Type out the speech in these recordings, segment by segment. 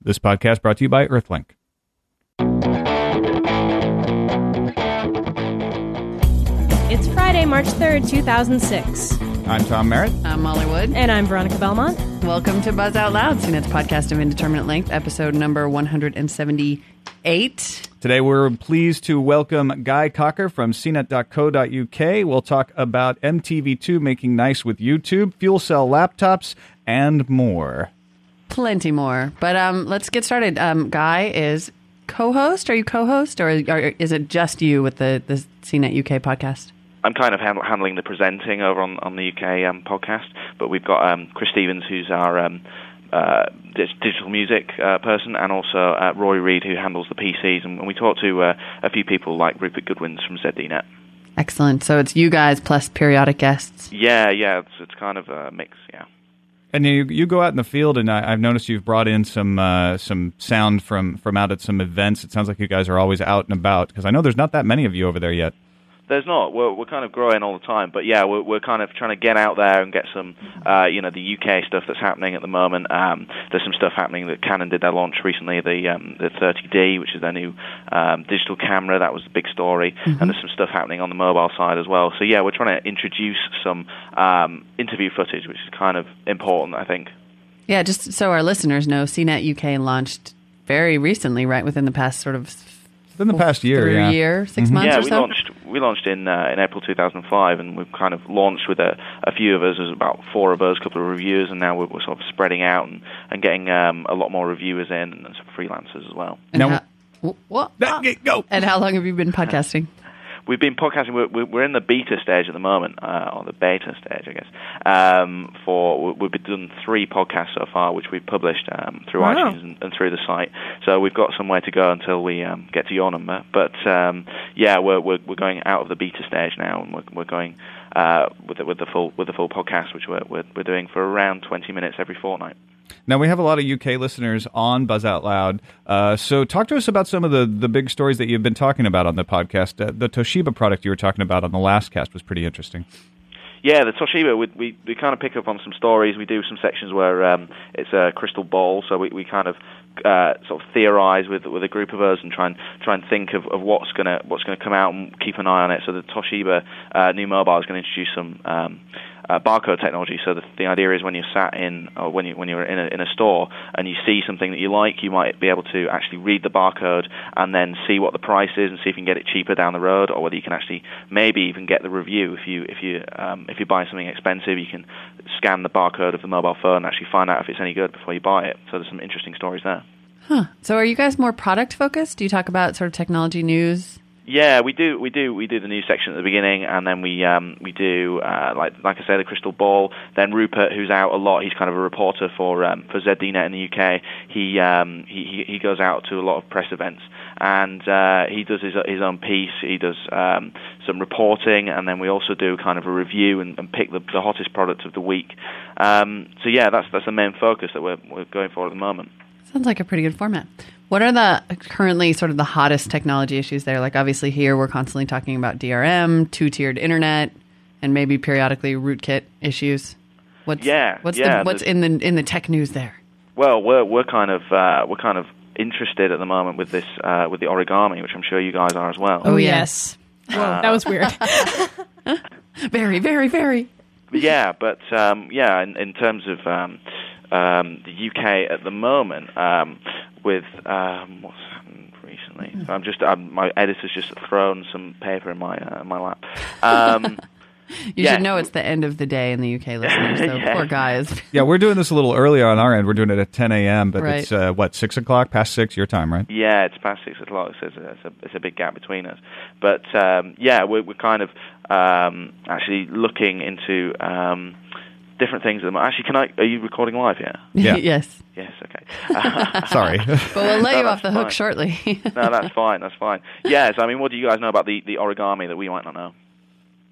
This podcast brought to you by Earthlink. It's Friday, March 3rd, 2006. I'm Tom Merritt. I'm Molly Wood. And I'm Veronica Belmont. Welcome to Buzz Out Loud, CNET's podcast of indeterminate length, episode number 178. Today we're pleased to welcome Guy Cocker from cnet.co.uk. We'll talk about MTV2 making nice with YouTube, fuel cell laptops, and more. Plenty more. But um, let's get started. Um, Guy is co host. Are you co host, or, or is it just you with the, the CNET UK podcast? I'm kind of hand- handling the presenting over on, on the UK um, podcast, but we've got um, Chris Stevens, who's our um, uh, dig- digital music uh, person, and also uh, Roy Reed, who handles the PCs. And we talked to uh, a few people like Rupert Goodwins from ZDNet. Excellent. So it's you guys plus periodic guests. Yeah, yeah, it's, it's kind of a mix, yeah. And you you go out in the field, and I, I've noticed you've brought in some uh, some sound from from out at some events. It sounds like you guys are always out and about because I know there's not that many of you over there yet. There's not. We're, we're kind of growing all the time, but yeah, we're, we're kind of trying to get out there and get some, uh, you know, the UK stuff that's happening at the moment. Um, there's some stuff happening that Canon did their launch recently, the um, the 30D, which is their new um, digital camera. That was the big story, and there's some stuff happening on the mobile side as well. So yeah, we're trying to introduce some um, interview footage, which is kind of important, I think. Yeah, just so our listeners know, CNET UK launched very recently, right within the past sort of Within the past year, Oh, three yeah. Mm-hmm. year, 6 months yeah, or we so. launched we launched in uh, in April 2005, and we've kind of launched with a, a few of us. There's about four of us, a couple of reviewers, and now we're, we're sort of spreading out and and getting um, a lot more reviewers in and some freelancers as well. And Now- how- wh- what? That- get- go. And how long have you been podcasting? We've been podcasting. We're- We're, we're in the beta stage at the moment, uh, or the beta stage, I guess. Um, for we- we've done three podcasts so far, which we've published um, through Wow. iTunes and, and through the site. So we've got somewhere to go until we um, get to your number. But um, yeah, we're, we're we're going out of the beta stage now, and we're we're going uh, with the, with the full with the full podcast, which we're, we're we're doing for around 20 minutes every fortnight. Now we have a lot of UK listeners on Buzz Out Loud, uh, so talk to us about some of the the big stories that you've been talking about on the podcast. Uh, the Toshiba product you were talking about on the last cast was pretty interesting. Yeah, the Toshiba, we, we, we kind of pick up on some stories. We do some sections where um, it's a crystal ball, so we, we kind of uh, sort of theorize with with a group of us and try and try and think of, of what's gonna what's gonna come out and keep an eye on it. So the Toshiba uh, new mobile is going to introduce some. Um, uh, barcode technology. So the, the idea is when you're sat in, or when you when you're in a, in a store and you see something that you like, you might be able to actually read the barcode and then see what the price is and see if you can get it cheaper down the road, or whether you can actually maybe even get the review if you if you um, if you buy something expensive, you can scan the barcode of the mobile phone and actually find out if it's any good before you buy it. So there's some interesting stories there. So are you guys more product focused? Do you talk about sort of technology news? Yeah, we do. We do. We do the news section at the beginning, and then we um, we do uh, like like I say, the crystal ball. Then Rupert, who's out a lot, he's kind of a reporter for um, for ZDNet in the UK. He um, he he he goes out to a lot of press events, and uh, he does his his own piece. He does um, some reporting, and then we also do kind of a review and, and pick the, the hottest product of the week. Um, so yeah, that's that's the main focus that we're we're going for at the moment. Sounds like a pretty good format. What are the currently sort of the hottest technology issues there? Like obviously here we're constantly talking about DRM, two-tiered internet, and maybe periodically rootkit issues. What's Yeah, what's yeah, the, what's the- in the in the tech news there? Well, we're we're kind of uh, we're kind of interested at the moment with this uh, with the origami, which I'm sure you guys are as well. Oh, yeah. yes. Whoa, that was weird. Very, very, very. But yeah, but um, yeah, in, in terms of um, um, the UK at the moment, um, with um, what's happened recently, I'm just I'm, my editor's just thrown some paper in my uh, in my lap. Um, You Yeah. should know it's the end of the day in the UK listeners. So Yeah. poor guys. Yeah, we're doing this a little earlier on our end. We're doing it at 10 a.m., but it's Right. uh, what six o'clock, past six your time, right? Yeah, it's past six o'clock, so it's a, it's a, it's a big gap between us. But um, yeah, we're, we're kind of um, actually looking into um, different things. at the moment. Actually, can I? Are you recording live here? Yeah. yes. Yes. Okay. Sorry. But we'll let No, you off that's the hook fine. shortly. no, that's fine. That's fine. Yes. I mean, what do you guys know about the, the origami that we might not know?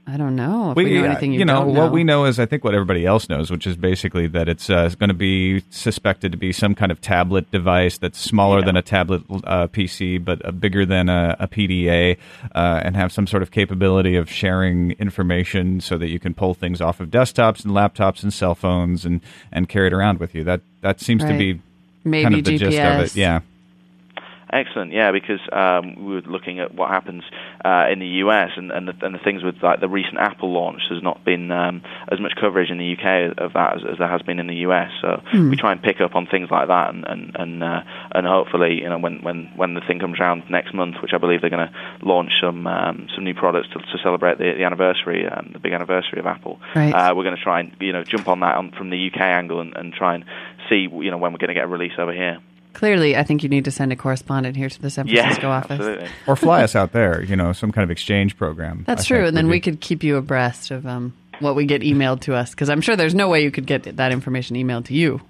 I don't know if we, know anything you, know, don't know. what we know is I think what everybody else knows, which is basically that it's uh, going to be suspected to be some kind of tablet device that's smaller Yeah. than a tablet uh, PC, but uh, bigger than a, a PDA, uh, and have some sort of capability of sharing information so that you can pull things off of desktops and laptops and cell phones and and carry it around with you. That that seems to Right. be Maybe kind of the GPS. gist of it. Yeah. Excellent, yeah, because um, we were looking at what happens uh, in the US and, and, the, and the things with like the recent Apple launch. There's not been um, as much coverage in the UK of that as, as there has been in the US. So we try and pick up on things like that, and and and, uh, and hopefully, you know, when, when when the thing comes around next month, which I believe they're going to launch some um, some new products to, to celebrate the, the anniversary, um, the big anniversary of Apple. Right. Uh, we're going to try and you know jump on that on, from the UK angle and, and try and see you know when we're going to get a release over here. Clearly, I think you need to send a correspondent here to the San Yeah, Francisco office. absolutely. Or fly us out there, you know, some kind of exchange program. That's I true. think And then would we be- could keep you abreast of um, what we get emailed to us because I'm sure there's no way you could get that information emailed to you.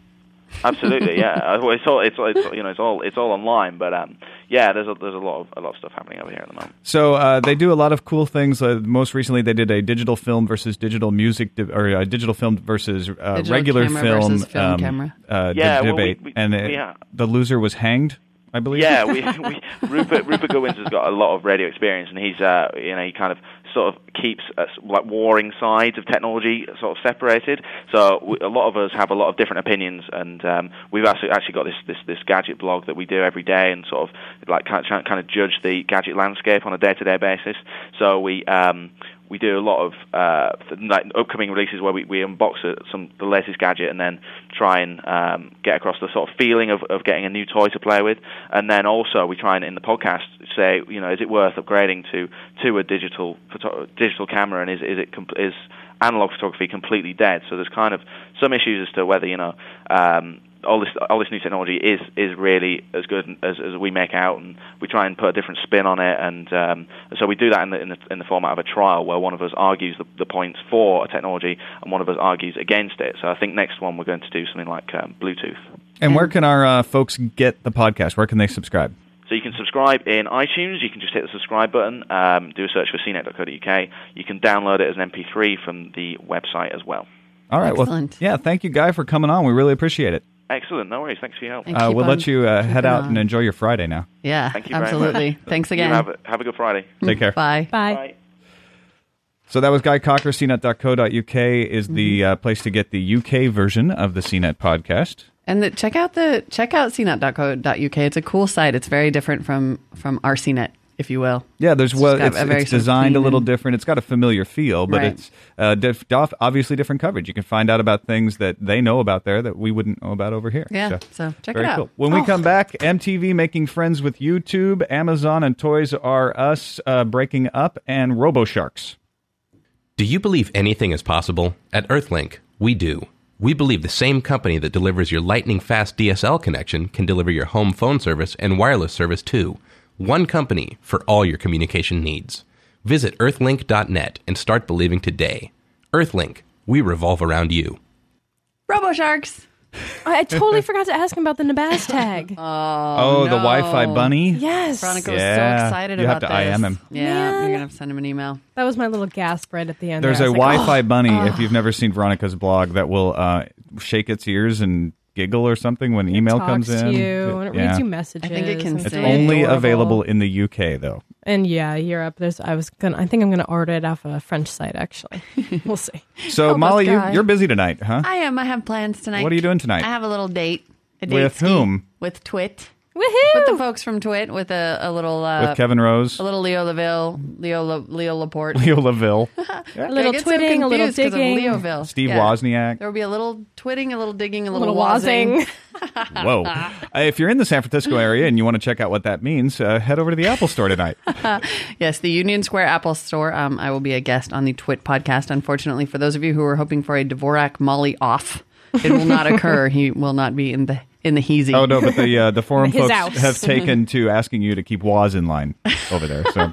Absolutely, yeah. Uh, well, It's all, it's, all- it's all- you know, it's all, it's all online. But um, yeah, there's a, there's a lot of a lot of stuff happening over here at the moment. So uh, they do a lot of cool things. Uh, most recently, they did a digital film versus digital music, di- or uh, digital film versus uh, Digital regular camera film, versus film um, camera. Uh, di- Yeah, well, we- debate, we- and it- we are. the loser was hanged, I believe. Yeah, we, we Rupert Rupert Goins has got a lot of radio experience, and he's uh, you know he kind of sort of keeps uh, s- like warring sides of technology sort of separated. So we, a lot of us have a lot of different opinions, and um, we've actually actually got this, this this gadget blog that we do every day, and sort of like kind of, kind of judge the gadget landscape on a day to day basis. So we. Um, we do a lot of uh, th- like upcoming releases where we, we unbox uh some the latest gadget and then try and um, get across the sort of feeling of, of getting a new toy to play with, and then also we try and in the podcast say you know is it worth upgrading to to a digital photo- digital camera and is is it com- is analog photography completely dead? So there's kind of some issues as to whether you know. Um, all this, all this new technology is is really as good as, as we make out, and we try and put a different spin on it. And um, so we do that in the, in the in the format of a trial, where one of us argues the, the points for a technology, and one of us argues against it. So I think next one we're going to do something like um, Bluetooth. And where can our uh, folks get the podcast? Where can they subscribe? So you can subscribe in iTunes. You can just hit the subscribe button, um, do a search for cnet.co.uk. You can download it as an MP3 from the website as well. All right. Excellent. Well, yeah. Thank you, Guy, for coming on. We really appreciate it. Excellent. No worries. Thanks for your help. Thank Uh, Keep we'll on let you uh, head keeping out on. and enjoy your Friday now. Yeah, Thank you very much. absolutely. Thanks again. You have, a, have a good Friday. Take care. Bye. Bye. Bye. So that was Guy Cocker. CNET.co.uk is the Mm-hmm. uh, place to get the UK version of the CNET podcast. And the, check out the check out cnet.co.uk. It's a cool site. It's very different from from our CNET, if you will. Yeah, there's It's well, just got it's, a very it's sort of designed a clean little and- different. It's got a familiar feel, but Right. it's uh, diff, doff- obviously different coverage. You can find out about things that they know about there that we wouldn't know about over here. Yeah, so check very it out. Cool. When we Oh. come back, MTV making friends with YouTube, Amazon and Toys R Us uh, breaking up, and RoboSharks. Do you believe anything is possible? At Earthlink, we do. We believe the same company that delivers your lightning fast DSL connection can deliver your home phone service and wireless service too. One company for all your communication needs. Visit earthlink.net and start believing today. Earthlink, we revolve around you. RoboSharks. I totally forgot to ask him about the Nabaz tag. Oh, the Wi-Fi bunny. yes. Uh, Veronica was Yeah. so excited You have about to this. IM him. Yeah, Man. you're gonna have to send him an email. That was my little gasp right at the end. There's there. a I was like, Wi-Fi oh. bunny. If you've never seen Veronica's blog, that will uh, shake its ears and giggle or something when email talks comes to in. you and it Yeah. reads you messages. think it can and It's It's only adorable. available in the UK though. and yeah, Europe. There's I was gonna I think I'm gonna order it off of a French site actually. we'll see. So Help us, Molly, you, Oh, guy. you're busy tonight, huh? I am. I have plans tonight. What are you doing tonight? I have a little date. A date With ski. whom? With Twit. With the Woohoo! folks from Twit. With a, a little uh, With Kevin Rose, a little Leo Laville, Leo La, Leo Laporte. Leo Laville, A little I get so twitting, a little confused 'cause of digging. Leoville. Steve Yeah. There Wozniak. will be a little twitting, a little digging, a A little, little wazzing. Whoa! Uh, if you're in the San Francisco area and you want to check out what that means, uh, head over to the Apple Store tonight. Yes, the Union Square Apple Store. Um, I will be a guest on the Twit podcast. Unfortunately, for those of you who are hoping for a Dvorak Molly off, it will not occur. he will not be in the in the heezy. oh no, but the uh, the forum His folks house. have taken to asking you to keep Woz in line over there. So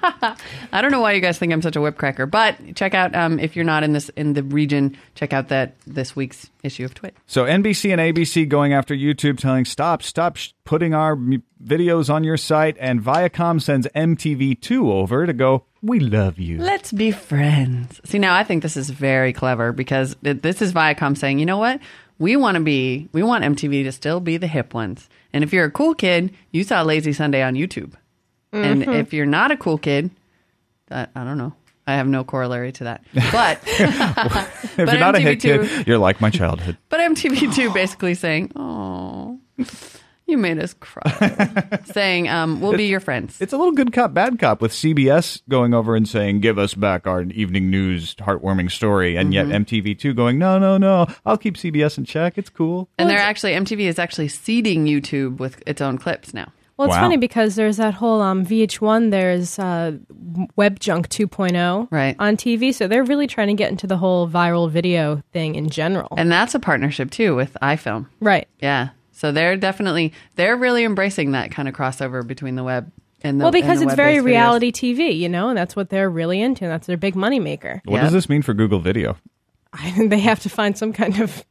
I don't know why you guys think I'm such a whipcracker, but check out um, if you're not in this in the region, check out that this week's issue of Twit. So NBC and ABC going after YouTube, telling stop, stop sh- putting our m- videos on your site, and Viacom sends MTV2 over to go. We love you. Let's be friends. See, now I think this is very clever because th- this is Viacom saying, you know what? We want to be, we want MTV to still be the hip ones. And if you're a cool kid, you saw Lazy Sunday on YouTube. And if you're not a cool kid, that, I don't know. I have no corollary to that. But if you're not a hit MTV2 kid, you're like my childhood. but MTV2 basically saying, oh. You made us cry. Saying, um, we'll be your friends. It's a little good cop, bad cop with CBS going over and saying, give us back our evening news heartwarming story. And Mm-hmm. yet MTV2 going, no, no, no, I'll keep CBS in check. It's cool. And they're actually, MTV is actually seeding YouTube with its own clips now. Well, it's Wow. funny because there's that whole um, VH1, there's uh, Web Junk 2.0 Right. on TV. So they're really trying to get into the whole viral video thing in general. And that's a partnership too with iFilm. right. Yeah. So they're definitely, they're really embracing that kind of crossover between the web and the Well, because and the it's very web-based videos. reality TV, you know, and that's what they're really into. And that's their big moneymaker. What Yeah. does this mean for Google Video? they have to find some kind of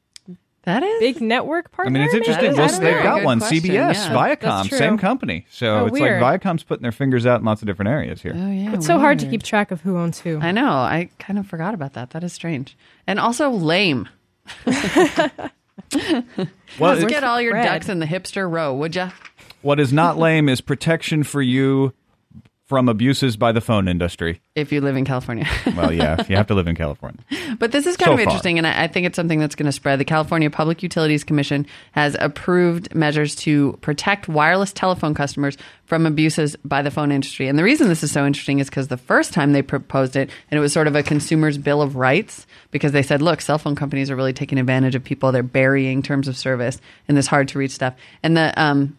That is. big network I partner. mean, it's maybe? interesting. is Well, I a don't they've know. got good one. question, CBS, yeah. That's Viacom, true. same company. So Oh, it's weird. like Viacom's putting their fingers out in lots of different areas here. Oh, yeah, It's so hard to weird. keep track of who owns who. I know. I kind of forgot about that. That is strange. And also lame. Well, Just it's- get all your Fred. ducks in the hipster row, would ya? what is not lame is protection for you from abuses by the phone industry. If you live in California. Well, yeah, if you have to live in California. But this is kind So of far. interesting, and I, I think it's something that's going to spread. The California Public Utilities Commission has approved measures to protect wireless telephone customers from abuses by the phone industry. And the reason this is so interesting is because the first time they proposed it, and it was sort of a consumer's bill of rights, because they said, look, cell phone companies are really taking advantage of people. They're burying terms of service and this hard to reach stuff. And the um,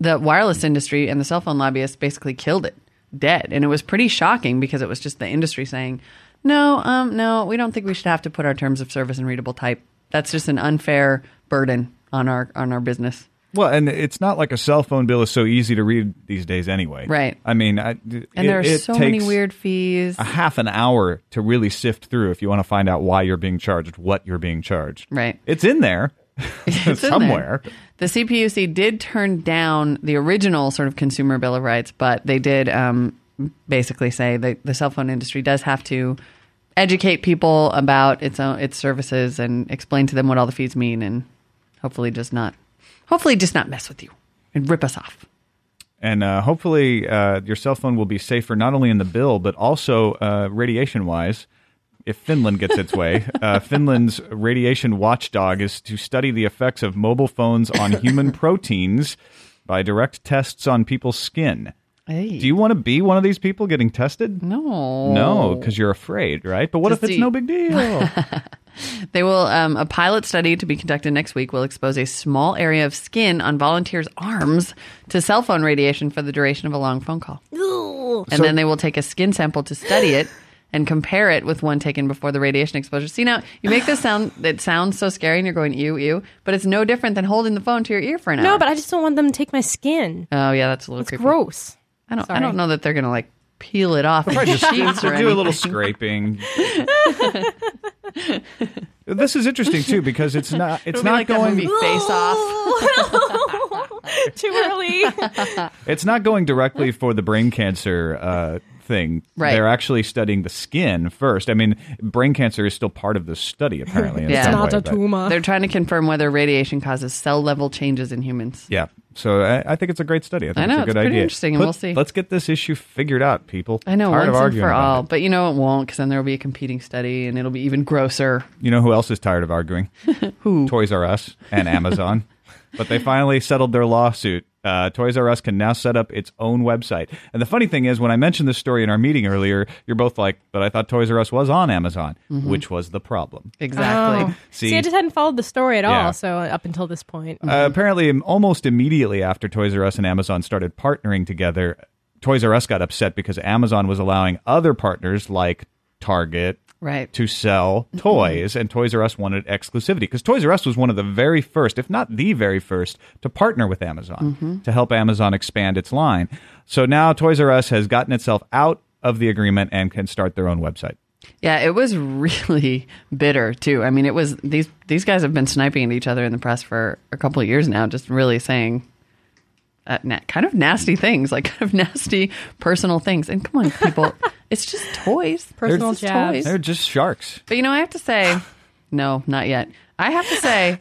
the wireless industry and the cell phone lobbyists basically killed it dead. And it was pretty shocking because it was just the industry saying, no, um, no, we don't think we should have to put our terms of service in readable type. That's just an unfair burden on our on our business. Well, and it's not like a cell phone bill is so easy to read these days anyway. Right. I mean, I, And there are so many weird fees. a half an hour to really sift through if you want to find out why you're being charged, what you're being charged. Right. It's in there It's in there. somewhere. The CPUC did turn down the original sort of consumer bill of rights, but they did um, basically say that the cell phone industry does have to educate people about its own its services and explain to them what all the fees mean, and hopefully just not, hopefully just not mess with you and rip us off. And uh, hopefully, uh, your cell phone will be safer not only in the bill, but also uh, radiation wise. If Finland gets its way, uh, Finland's radiation watchdog is to study the effects of mobile phones on human proteins by direct tests on people's skin. Hey. Do you want to be one of these people getting tested? No, No, because you're afraid, right? But what Just if it's do- no big deal? They will um, a pilot study to be conducted next week will expose a small area of skin on volunteers' arms to cell phone radiation for the duration of a long phone call. And then they will take a skin sample to study it and compare it with one taken before the radiation exposure. See now, you make this sound it sounds so scary and you're going ew ew, but it's no different than holding the phone to your ear for an No, hour. but I just don't want them to take my skin. oh yeah, that's a little It's creepy. gross. I don't I Sorry. don't know that they're gonna like peel it off in sheets or do a anything. little scraping. this is interesting too because it's not it's It'll be not like that going movie face off. Too early. it's not going directly for the brain cancer uh, thing. Right. They're actually studying the skin first. I mean, brain cancer is still part of the study apparently. In It's some Not way, a but- tumor. They're trying to confirm whether radiation causes cell level changes in humans. Yeah. So I, I think it's a great study. I think I know, it's a it's good pretty idea. interesting, and Put- we'll see. Let's get this issue figured out, people. I know, Tired of once and arguing for about all. it. But you know it won't, because then there will be a competing study, and it'll be even grosser. You know who else is tired of arguing? who? Toys R Us and Amazon. but they finally settled their lawsuit. Uh, Toys R Us can now set up its own website. And the funny thing is, when I mentioned this story in our meeting earlier, you're both like, but I thought Toys R Us was on Amazon, which was the problem. Oh. Exactly. See, See, I just hadn't followed the story at Yeah. all. So up until this point, Mm. uh, apparently, im- almost immediately after Toys R Us and Amazon started partnering together, Toys R Us got upset because Amazon was allowing other partners like Target, Right. to sell Mm-hmm. toys, and Toys R Us wanted exclusivity because Toys R Us was one of the very first, if not the very first, to partner with Amazon Mm-hmm. to help Amazon expand its line. So now Toys R Us has gotten itself out of the agreement and can start their own website. Yeah, it was really bitter too. I mean, it was these these guys have been sniping at each other in the press for a couple of years now, just really saying uh, na- kind of nasty things, like kind of nasty personal things. And come on, people, it's just toys, Personal It's just jabs. They're just sharks. But you know, I have to say, no, not yet. I have to say,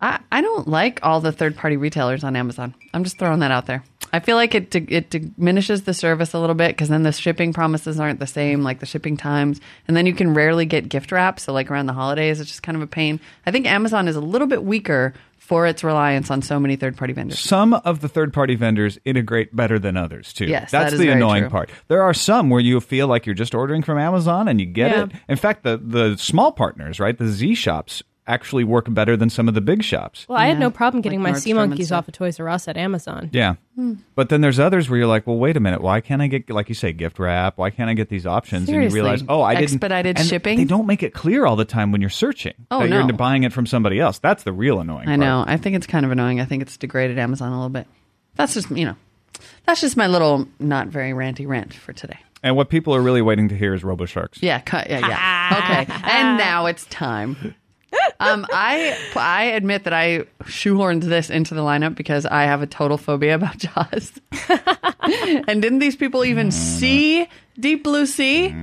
I, I don't like all the third party retailers on Amazon. I'm just throwing that out there. I feel like it di- it diminishes the service a little bit because then the shipping promises aren't the same, like the shipping times, and then you can rarely get gift wrap. So like around the holidays, it's just kind of a pain. I think Amazon is a little bit weaker for its reliance on so many third party vendors. Some of the third party vendors integrate better than others, too. Yes, that That's is the very annoying true. part. There are some where you feel like you're just ordering from Amazon and you get Yeah. it. In fact, the, the small partners, right, the Z shops, actually work better than some of the big shops. Well, I had Yeah. no problem getting Like my sea Nordstrom and monkeys stuff. off of Toys R Us at Amazon. Yeah. Hmm. But then there's others where you're like, well, wait a minute. Why can't I get, like you say, gift wrap? Why can't I get these options? And you Seriously. realize, oh, I didn't. Expedited and shipping? They don't make it clear all the time when you're searching. Oh, that You're no. into buying it from somebody else. That's the real annoying I part. know. I think it's kind of annoying. I think it's degraded Amazon a little bit. That's just you know, that's just my little not very ranty rant for today. And what people are really waiting to hear is RoboSharks. Yeah, cut. Yeah, yeah. okay, and now it's time. Um, I I admit that I shoehorned this into the lineup because I have a total phobia about Jaws. and didn't these people even see Deep Blue Sea?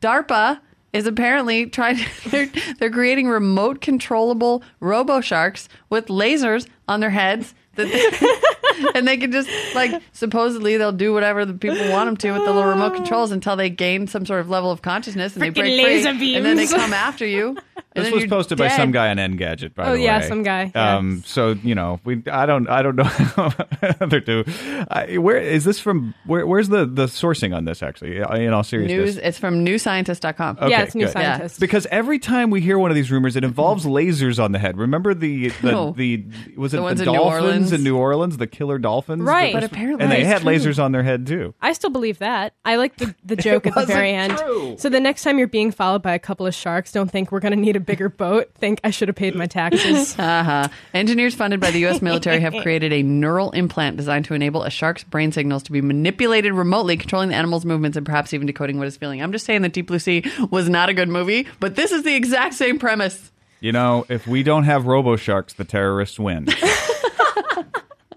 DARPA is apparently trying. They're they're creating remote controllable robo sharks with lasers on their heads. That they, and they can just like supposedly they'll do whatever the people want them to with the little remote controls until they gain some sort of level of consciousness and Freaking they break laser free, and then they beams. come after you. and This then was you're posted by dead. some guy on Engadget, by Oh, the way. yeah, some guy, yeah. Um, so you know, we I don't I don't know how other two. I, where is this from? Where, where's the the sourcing on this? Actually, I- in all seriousness, News. It's from newscientist.com. Okay, yeah, it's New good. Yeah. Scientist. because every time we hear one of these rumors, it involves lasers on the head. Remember the the, Mm-hmm. No. the was it The the, ones in New dolphins Orleans? in New Orleans, the killer dolphins, Right. That But apparently and they it's had true. lasers on their head too. I still believe that. I like the, the joke at the wasn't very end. true. So the next time you're being followed by a couple of sharks, don't think we're going to need a bigger boat. Think I should have paid my taxes. Uh-huh. Engineers funded by the U.S. military have created a neural implant designed to enable a shark's brain signals to be manipulated remotely, controlling the animal's movements and perhaps even decoding what it's feeling. I'm just saying that Deep Blue Sea was not a good movie, but this is the exact same premise. You know, if we don't have RoboSharks, the terrorists win.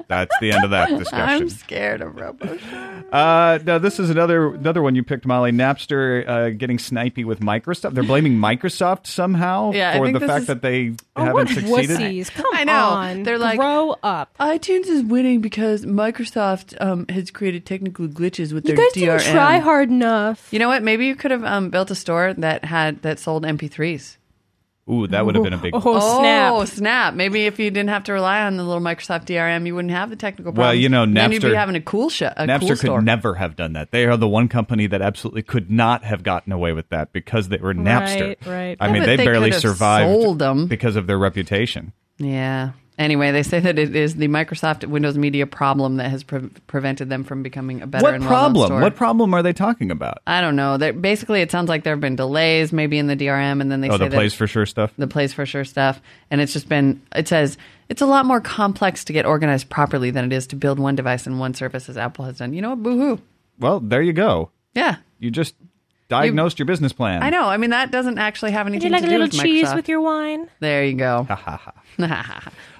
That's the end of that discussion. I'm scared of robots. Uh, no, this is another another one you picked, Molly. Napster uh, getting snipey with Microsoft. They're blaming Microsoft somehow Yeah, I for think the this fact is- that they Oh, haven't what succeeded. wussies. Come I know. on. They're like- grow up. iTunes is winning because Microsoft um, has created technical glitches with You their guys DRM. didn't try hard enough. You know what? Maybe you could have um, built a store that had that sold MP3s. Ooh, that would have been a big. Oh, snap. Oh, snap. Maybe if you didn't have to rely on the little Microsoft DRM, you wouldn't have the technical problems. Well, you know, And Then you'd be Napster- having a cool show. A Napster cool could store. never have done that. They are the one company that absolutely could not have gotten away with that because they were Napster. Right, right. I Yeah, mean, but they, they barely could have survived sold 'em. because of their reputation. Yeah. Anyway, they say that it is the Microsoft Windows Media problem that has pre- prevented them from becoming a better What and well-known problem? store. What problem are they talking about? I don't know. They're, basically, it sounds like there have been delays, maybe in the DRM, and then they Oh, say the that plays for sure stuff. the plays for sure stuff. And it's just been, it says, it's a lot more complex to get organized properly than it is to build one device and one service as Apple has done. You know what? Boo hoo. Well, there you go. Yeah. You just diagnosed your business plan. I know. I mean, that doesn't actually have Would anything you like to a do little with cheese Microsoft. with your wine? There you go. Boo hoo,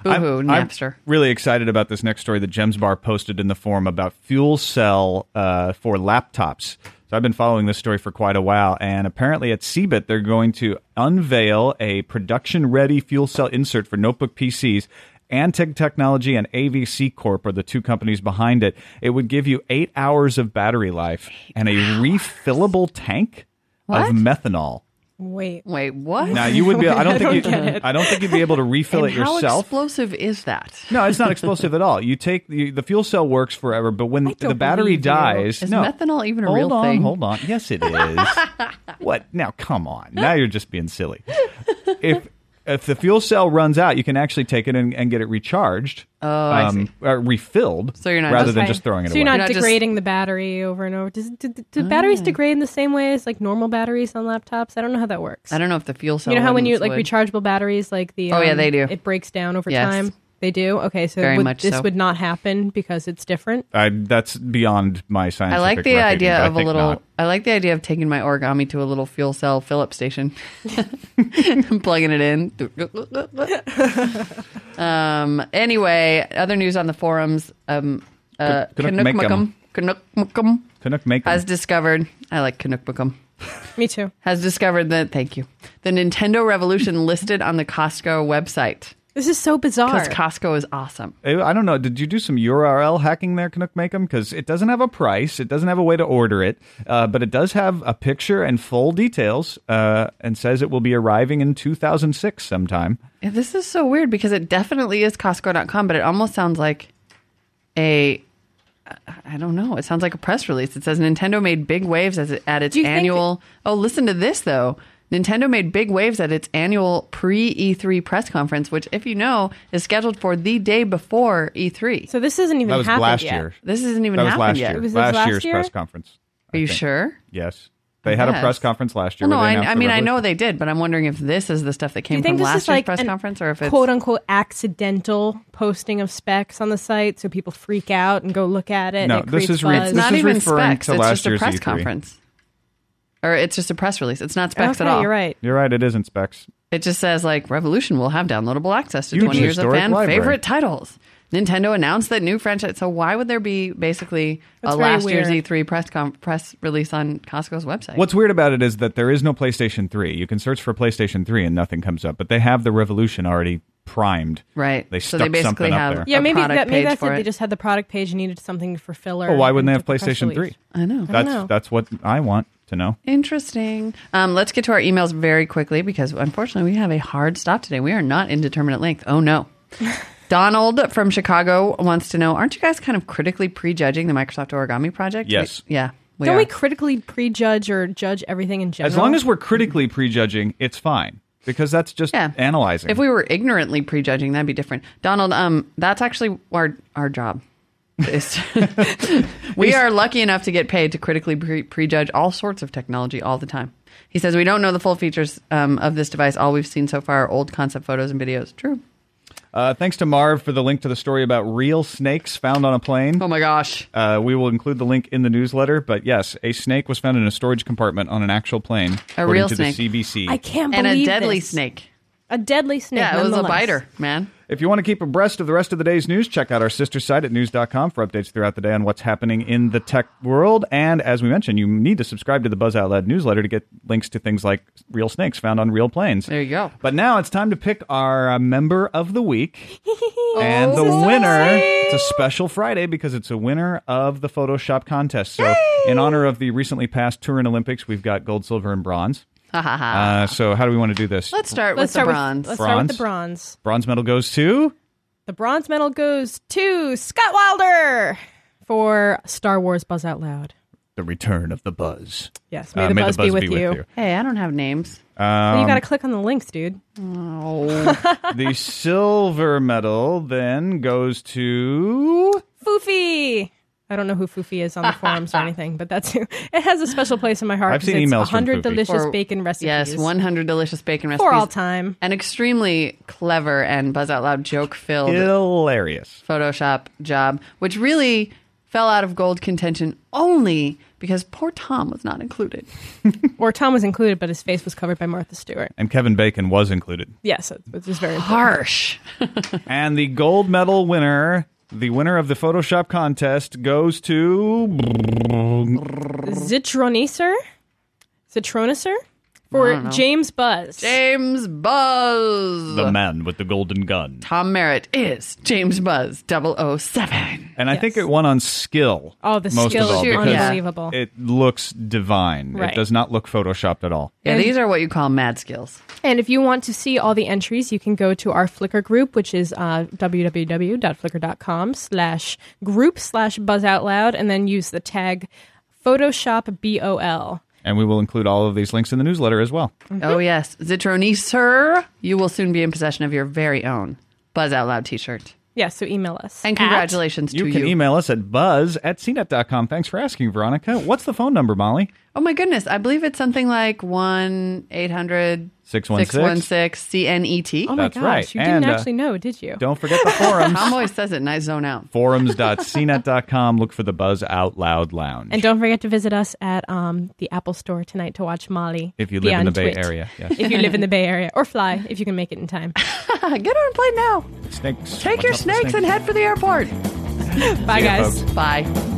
I'm, I'm Napster. really excited about this next story that Gems Bar posted in the forum about fuel cell uh, for laptops. So I've been following this story for quite a while, and apparently at CBIT they're going to unveil a production-ready fuel cell insert for notebook PCs. Antec Technology and AVC Corp are the two companies behind it. It would give you eight hours of battery life and a refillable tank What? of methanol. Wait. Wait, what? Now you would be. I don't I think. don't get you, I don't think you'd be able to refill and it how yourself. explosive is that? No, it's not explosive at all. You take the, the fuel cell works forever, but when don't the battery believe you. dies, Is no. methanol even a hold real on, thing? Hold on, yes, it is. what? Now, come on. Now you're just being silly. If if the fuel cell runs out, you can actually take it and, and get it recharged, oh, I see. or refilled, So you're not rather just- than Right. just throwing it so away. you're not You're not just- Oh. degrading the battery over and over. Does, do, do, do batteries degrade in the same way as like normal batteries on laptops? I don't know how that works. I don't know if the fuel cell. you know how when you ones like would. rechargeable batteries, like the Oh, yeah, um, they do. It breaks down over Yes. time. They do. Okay, so Very would- much this so. would not happen because it's different. I, that's beyond my science. I like the idea of a little. I like the idea of taking my origami to a little fuel cell fill up station, and plugging it in. um. Anyway, other news on the forums. Um. Uh, Canuck Canuck Makem. Makem- Canuck Makem Canuck make has discovered. I like Canuck Makem. Me too. has discovered that thank you the nintendo revolution listed on the costco website This is so bizarre. Because Costco is awesome. Eh, I don't know. Did you do some URL hacking there, Canuck Makem? Because it doesn't have a price, it doesn't have a way to order it, uh, but it does have a picture and full details, uh, and says it will be arriving in 2006 sometime. Yeah, This is so weird because it definitely is Costco.com, but it almost sounds like a. I don't know. It sounds like a press release. It says Nintendo made big waves as it, at its Do you think- annual. oh, listen to this though. Nintendo made big waves at its annual pre E3 press conference, which, if you know, is scheduled for the day before E3. so this isn't even That was happened last yet. year. this isn't even That was happened last yet. year. Was this last last year's year? press conference. Are you think. sure? Yes. They had a Yes. press conference last year. Well, no, where they I, announced I the mean I know resolution. they did, but I'm wondering if this is the stuff that Do came you from think last this is like year's press an conference, or if it's quote unquote accidental posting of specs on the site, so people freak out and go look at it? No, and it this creates is re- buzz? this It's not is even referring specs. to it's last just a year's E press E3. conference, or it's just a press release. It's not specs okay, at all. You're right. You're right. It isn't specs. It just says like Revolution will have downloadable access to Huge 20 years of historic fan library. favorite titles. Nintendo announced that new franchise. So why would there be basically That's a very last year's weird. E3 press com- press release on Costco's website? What's weird about it is that there is no PlayStation 3. You can search for PlayStation 3 and nothing comes up, but they have the Revolution already primed. right? They so stuck they basically something up have there. Yeah, a maybe product that, maybe page that's for it. it. They just had the product page and needed something for filler. Well, why wouldn't they and have did the press PlayStation release. 3? I know. That's know. that's what I want to know. Interesting. Um, let's get to our emails very quickly because unfortunately we have a hard stop today. We are not indeterminate length. Oh no. Donald from Chicago wants to know: Aren't you guys kind of critically prejudging the Microsoft Origami Project? Yes. We- yeah. We Don't are. we critically prejudge or judge everything in general? As long as we're critically prejudging, it's fine because that's just Yeah. analyzing. If we were ignorantly prejudging, that'd be different. Donald, um, that's actually our our job. Is- we are lucky enough to get paid to critically pre- prejudge all sorts of technology all the time. He says we don't know the full features um, of this device. All we've seen so far are old concept photos and videos. True. uh, thanks to Marv for the link to the story about real snakes found on a plane. Oh my gosh. Uh, we will include the link in the newsletter. But yes, a snake was found in a storage compartment on an actual plane. according real to snake. The CBC. I can't And believe a deadly this. snake. A deadly snake. Yeah, it was a nonetheless. biter, man. If you want to keep abreast of the rest of the day's news, check out our sister site at news.com for updates throughout the day on what's happening in the tech world. And as we mentioned, you need to subscribe to the Buzz Out Loud newsletter to get links to things like real snakes found on real planes. There you go. But now it's time to pick our uh, member of the week. and the winner, it's a special Friday because it's a winner of the Photoshop contest. So, in honor of the recently passed Turin Olympics, we've got gold, silver, and bronze. Ha ha ha. Uh, so, how do we want to do this? Let's start Let's with the start bronze. With, let's start with the bronze. bronze medal goes to. The bronze medal goes to Scott Wilder for Star Wars Buzz Out Loud. The return of the buzz. Yes, may, Uh, the, buzz be with, you. hey, I don't have names. Well, Um, you got to click on the links, dude. Oh, the silver medal then goes to Foofy. I don't know who Foofy is on the forums or anything, but that's who. It has a special place in my heart. I've 'cause seen it's emails from 100 Foofy. delicious For- bacon recipes. yes, 100 delicious bacon recipes for all time. an extremely clever and buzz out loud joke filled hilarious. Photoshop job, which really fell out of gold contention only because poor Tom was not included. Or Tom was included, but his face was covered by Martha Stewart. And Kevin Bacon was included. Yes, it- which is very important. Harsh. and the gold medal winner, the winner of the Photoshop contest, goes to. Zitronicer, Zitronicer for James Buzz. James Buzz. The man with the golden gun. Tom Merritt is James Buzz 007. And I think Yes. it won on skill. Oh, the most skill of all, is because unbelievable. It looks divine. It Right. does not look photoshopped at all. Yeah, And- these are what you call mad skills. And if you want to see all the entries, you can go to our Flickr group, which is uh, www.flickr.com slash group slash buzz out loud, and then use the tag Photoshop BOL. And we will include all of these links in the newsletter as well. Oh, yes. Zitroni, sir. You will soon be in possession of your very own Buzz Out Loud t shirt. Yeah, so email us. And at- congratulations You to can you. email us at buzz at cnet.com. Thanks for asking, Veronica. What's the phone number, Molly? Oh my goodness. I believe it's something like 1 800 CNET. oh my That's gosh, right. you And, didn't uh, actually know, did you? Don't forget the forums. Tom always says it and I zone out. forums.cnet.com. Look for the Buzz Out Loud Lounge. and don't forget to visit us at um, the Apple Store tonight to watch Molly. if you be live in the on Bay Twit. Area, yes. If you live in the Bay Area, or fly if you can make it in time. Get on a plane now. snakes. Take your snakes and head for the airport. Bye, guys. folks. Bye.